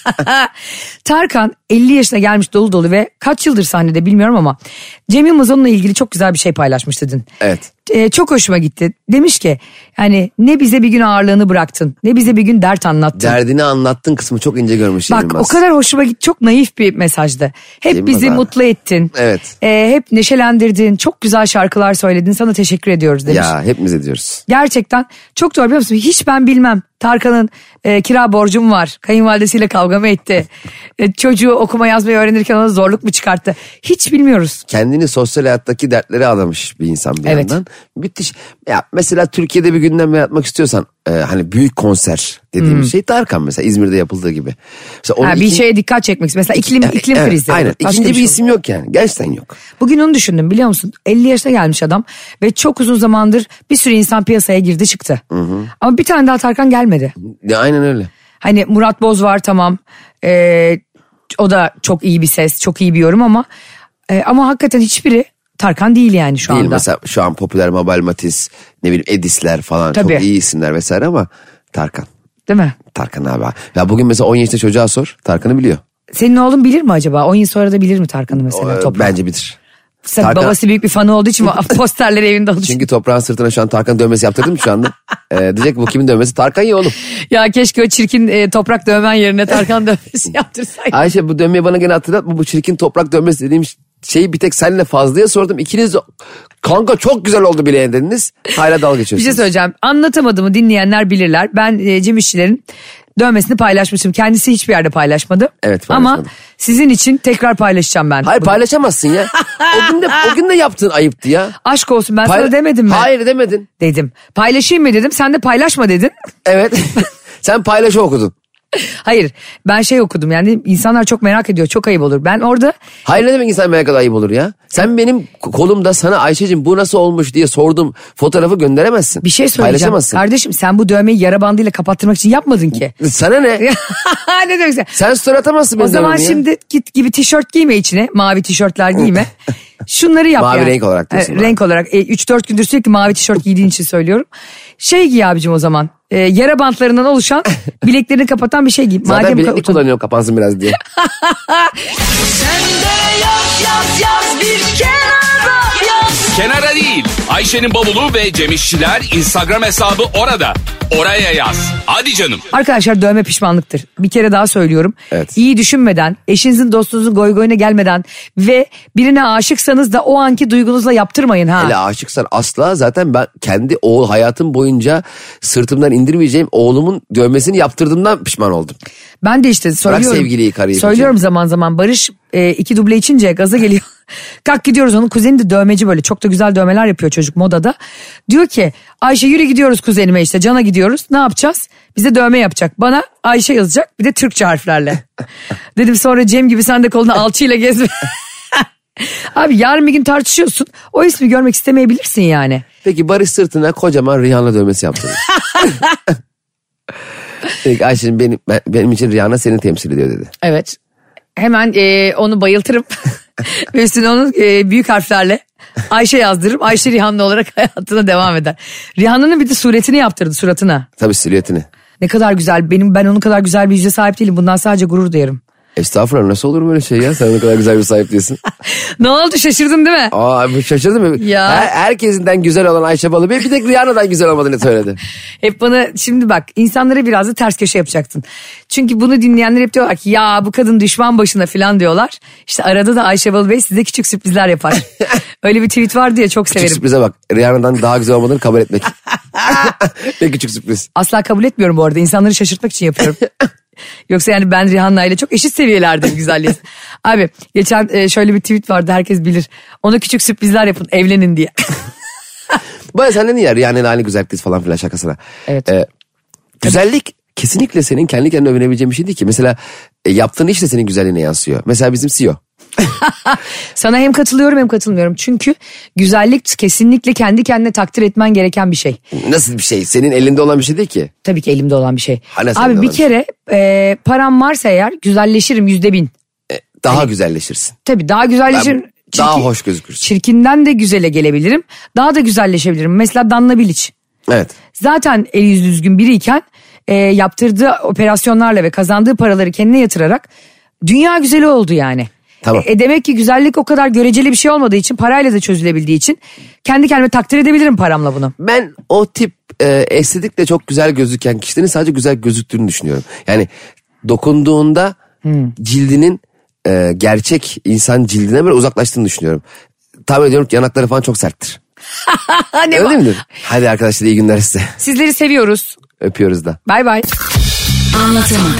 Speaker 1: Tarkan 50 yaşına gelmiş dolu dolu ve kaç yıldır sahnede bilmiyorum ama Cem Yılmaz onunla ilgili çok güzel bir şey paylaşmıştı dün.
Speaker 2: Evet.
Speaker 1: e, çok hoşuma gitti. Demiş ki yani ne bize bir gün ağırlığını bıraktın ne bize bir gün dert anlattın.
Speaker 2: Derdini anlattın kısmı çok ince görmüş
Speaker 1: Bak
Speaker 2: Yılmaz.
Speaker 1: o kadar hoşuma gitti. Çok naif bir mesajdı. Hep
Speaker 2: Değil mi
Speaker 1: bizi
Speaker 2: abi?
Speaker 1: mutlu ettin.
Speaker 2: Evet.
Speaker 1: Ee, hep neşelendirdin. Çok güzel şarkılar söyledin. Sana teşekkür ediyoruz demiş.
Speaker 2: Ya hepimiz ediyoruz.
Speaker 1: Gerçekten çok doğru biliyor musun? Hiç ben bilmem. Tarkan'ın e, kira borcum var. Kayınvalidesiyle kavga mı etti? E, çocuğu okuma yazmayı öğrenirken ona zorluk mu çıkarttı? Hiç bilmiyoruz.
Speaker 2: Kendini sosyal hayattaki dertlere adamış bir insan bir
Speaker 1: Evet.
Speaker 2: yandan. Müthiş. Ya mesela Türkiye'de bir gündem yaratmak istiyorsan e, hani büyük konser dediğim şey Tarkan mesela İzmir'de yapıldığı gibi. Mesela onun
Speaker 1: Hmm. Ha, bir
Speaker 2: ikin-
Speaker 1: şeye dikkat çekmek. istiyor. Mesela iklim,
Speaker 2: Evet,
Speaker 1: iklim
Speaker 2: evet,
Speaker 1: krizi.
Speaker 2: Aynen.
Speaker 1: Başka
Speaker 2: İkinci
Speaker 1: bir
Speaker 2: bir,
Speaker 1: şey
Speaker 2: isim yok yani. Gerçekten yok.
Speaker 1: Bugün onu düşündüm biliyor musun? 50 yaşına gelmiş adam ve çok uzun zamandır bir sürü insan piyasaya girdi çıktı. Ama bir tane daha Tarkan gelmedi.
Speaker 2: Ya, aynen öyle.
Speaker 1: Hani Murat Boz var tamam. Ee, o da çok iyi bir ses, çok iyi bir yorum ama e, ama hakikaten hiçbiri Tarkan değil yani şu
Speaker 2: Değil
Speaker 1: anda.
Speaker 2: mesela şu an popüler Mabel Matiz, ne bileyim Edisler falan
Speaker 1: Tabii.
Speaker 2: çok iyi isimler vesaire ama Tarkan.
Speaker 1: Değil mi?
Speaker 2: Tarkan abi. Ya bugün mesela 10 yaşında çocuğa sor. Tarkan'ı biliyor.
Speaker 1: Senin oğlun bilir mi acaba? 10 yıl sonra da bilir mi Tarkan'ı
Speaker 2: O,
Speaker 1: mesela?
Speaker 2: e,
Speaker 1: Toprak?
Speaker 2: bence bilir.
Speaker 1: Sen
Speaker 2: Tarkan-
Speaker 1: babası büyük bir fanı olduğu için bu posterleri evinde alıyor.
Speaker 2: Çünkü toprağın sırtına şu an Tarkan dövmesi yaptırdım şu anda. Ee, diyecek bu kimin dövmesi? Tarkan ya oğlum.
Speaker 1: Ya keşke o çirkin e, toprak dövmen yerine Tarkan dövmesi yaptırsaydı. şey
Speaker 2: Ayşe bu dövmeyi bana gene hatırlat. Bu, bu çirkin toprak dövmesi dediğim şeyi bir tek seninle fazlaya sordum. İkiniz de, kanka çok güzel oldu bile dediniz. Hala dalga
Speaker 1: Bir
Speaker 2: geçiyorsunuz.
Speaker 1: şey söyleyeceğim. Anlatamadığımı dinleyenler bilirler. Ben e, Cem İşçilerin dövmesini paylaşmıştım. Kendisi hiçbir yerde paylaşmadı.
Speaker 2: Evet,
Speaker 1: Ama
Speaker 2: paylaşmadı.
Speaker 1: sizin için tekrar paylaşacağım ben.
Speaker 2: Hayır
Speaker 1: bunu.
Speaker 2: paylaşamazsın ya. o gün de, o gün de yaptığın ayıptı ya.
Speaker 1: Aşk olsun ben
Speaker 2: Payla-
Speaker 1: sana demedim mi?
Speaker 2: Hayır demedin.
Speaker 1: Dedim. Paylaşayım mı dedim. Sen de paylaşma dedin.
Speaker 2: Evet. Sen paylaşı okudun.
Speaker 1: Hayır ben şey okudum yani insanlar çok merak ediyor çok ayıp olur. Ben orada
Speaker 2: Hayır ne demek insan merak kadar ayıp olur ya. Sen benim kolumda sana Ayşe'cim bu nasıl olmuş diye sordum fotoğrafı gönderemezsin.
Speaker 1: bir şey söyleyeceğim.
Speaker 2: Paylaşamazsın.
Speaker 1: Kardeşim sen bu dövmeyi yara bandıyla kapattırmak için yapmadın ki.
Speaker 2: Sana ne?
Speaker 1: ne demek sen?
Speaker 2: Sen story atamazsın
Speaker 1: O
Speaker 2: benim
Speaker 1: zaman
Speaker 2: dönemimi ya.
Speaker 1: şimdi git gibi tişört giyme içine. Mavi tişörtler giyme. Şunları yap
Speaker 2: Mavi
Speaker 1: yani.
Speaker 2: renk olarak diyorsun
Speaker 1: E,
Speaker 2: bana.
Speaker 1: renk olarak. 3-4 gündür sürekli mavi tişört giydiğin için söylüyorum. Şey giy abicim o zaman. E, yara bantlarından oluşan bileklerini kapatan bir şey giy.
Speaker 2: Zaten
Speaker 1: Madem
Speaker 2: bileklik
Speaker 1: ka-
Speaker 2: kullanıyorum kapansın biraz diye.
Speaker 3: Kenara değil. Ayşe'nin bavulu ve Cemişçiler Instagram hesabı orada. Oraya yaz. Hadi canım.
Speaker 1: Arkadaşlar dövme pişmanlıktır. Bir kere daha söylüyorum.
Speaker 2: Evet.
Speaker 1: İyi düşünmeden, eşinizin dostunuzun goygoyuna gelmeden ve birine aşıksanız da o anki duygunuzla yaptırmayın ha.
Speaker 2: Hele aşıksan asla zaten ben kendi oğul hayatım boyunca sırtımdan indirmeyeceğim oğlumun dövmesini yaptırdığımdan pişman oldum.
Speaker 1: Ben de işte söylüyorum.
Speaker 2: sevgiliyi, karıyı,
Speaker 1: Söylüyorum zaman zaman Barış e, iki duble içince gaza geliyor. Kalk gidiyoruz onun kuzeni de dövmeci böyle çok da güzel dövmeler yapıyor çocuk modada. Diyor ki Ayşe yürü gidiyoruz kuzenime işte Can'a gidiyoruz ne yapacağız? Bize dövme yapacak bana Ayşe yazacak bir de Türkçe harflerle. Dedim sonra Cem gibi sen de koluna alçıyla gezme. Abi yarın bir gün tartışıyorsun o ismi görmek istemeyebilirsin yani.
Speaker 2: Peki Barış sırtına kocaman Rihanna dövmesi yaptırdı. Peki Ayşe'cim benim, ben- benim için Rihanna seni temsil ediyor dedi.
Speaker 1: Evet. Hemen e, onu bayıltırım. Ve üstüne onun e, büyük harflerle Ayşe yazdırırım. Ayşe Rihanna olarak hayatına devam eder. Rihanna'nın bir de suretini yaptırdı suratına.
Speaker 2: Tabii silüetini.
Speaker 1: Ne kadar güzel. Benim ben onun kadar güzel bir yüze sahip değilim. Bundan sadece gurur duyarım.
Speaker 2: Estağfurullah nasıl olur böyle şey ya? Sen ne kadar güzel bir sahip değilsin.
Speaker 1: Ne oldu şaşırdın değil mi?
Speaker 2: Aa bu şaşırdın mı?
Speaker 1: Ya.
Speaker 2: Her, herkesinden güzel olan Ayşe Balıbey bir tek Rihanna'dan güzel olmadığını söyledi.
Speaker 1: Hep bana şimdi bak insanlara biraz da ters köşe yapacaksın. Çünkü bunu dinleyenler hep diyorlar ki ya bu kadın düşman başına falan diyorlar. İşte arada da Ayşe Balı Bey size küçük sürprizler yapar. Öyle bir tweet vardı ya çok
Speaker 2: Küçük
Speaker 1: severim.
Speaker 2: sürprize bak. Rihanna'dan daha güzel olmadığını kabul etmek. ne küçük sürpriz.
Speaker 1: Asla kabul etmiyorum bu arada. İnsanları şaşırtmak için yapıyorum. Yoksa yani ben Rihanna ile çok eşit seviyelerdeyim güzelliğe. Abi geçen e, şöyle bir tweet vardı herkes bilir. Ona küçük sürprizler yapın evlenin diye.
Speaker 2: Baya sen dedin ya Rihanna'nın aynı güzellikteyiz falan filan şakasına.
Speaker 1: Evet.
Speaker 2: E- güzellik kesinlikle senin kendi kendine övünebileceğin bir şey değil ki. Mesela e, yaptığın iş de senin güzelliğine yansıyor. Mesela bizim E CEO.
Speaker 1: Sana hem katılıyorum hem katılmıyorum. Çünkü güzellik kesinlikle kendi kendine takdir etmen gereken bir şey.
Speaker 2: Nasıl bir şey? Senin elinde olan bir şey değil ki.
Speaker 1: Tabii ki elimde olan bir şey.
Speaker 2: Hala sende
Speaker 1: Abi
Speaker 2: olan
Speaker 1: bir
Speaker 2: bir şey.
Speaker 1: kere e, param varsa eğer güzelleşirim yüzde bin.
Speaker 2: Daha güzelleşirsin.
Speaker 1: Tabii daha
Speaker 2: Ben-
Speaker 1: güzelleşirim.
Speaker 2: daha
Speaker 1: Çirkin-
Speaker 2: hoş gözükürsün.
Speaker 1: Çirkinden de güzele gelebilirim. Daha da güzelleşebilirim. Mesela Danla Bilic.
Speaker 2: Evet.
Speaker 1: zaten el yüzü düzgün biriyken e, yaptırdığı operasyonlarla ve kazandığı paraları kendine yatırarak dünya güzeli oldu yani.
Speaker 2: Tamam.
Speaker 1: E, demek ki güzellik o kadar göreceli bir şey olmadığı için parayla da çözülebildiği için kendi kendime takdir edebilirim paramla bunu.
Speaker 2: Ben o tip e, estetikle çok güzel gözüken kişilerin sadece güzel gözüktüğünü düşünüyorum. Yani dokunduğunda cildinin e, gerçek insan cildinden böyle uzaklaştığını düşünüyorum. Tahmin ediyorum ki yanakları falan çok serttir.
Speaker 1: Ha, ne
Speaker 2: Öyle
Speaker 1: var?
Speaker 2: midir? Hadi arkadaşlar iyi günler size.
Speaker 1: Sizleri seviyoruz.
Speaker 2: Öpüyoruz da.
Speaker 1: Bay bay.
Speaker 4: Anlatamadım.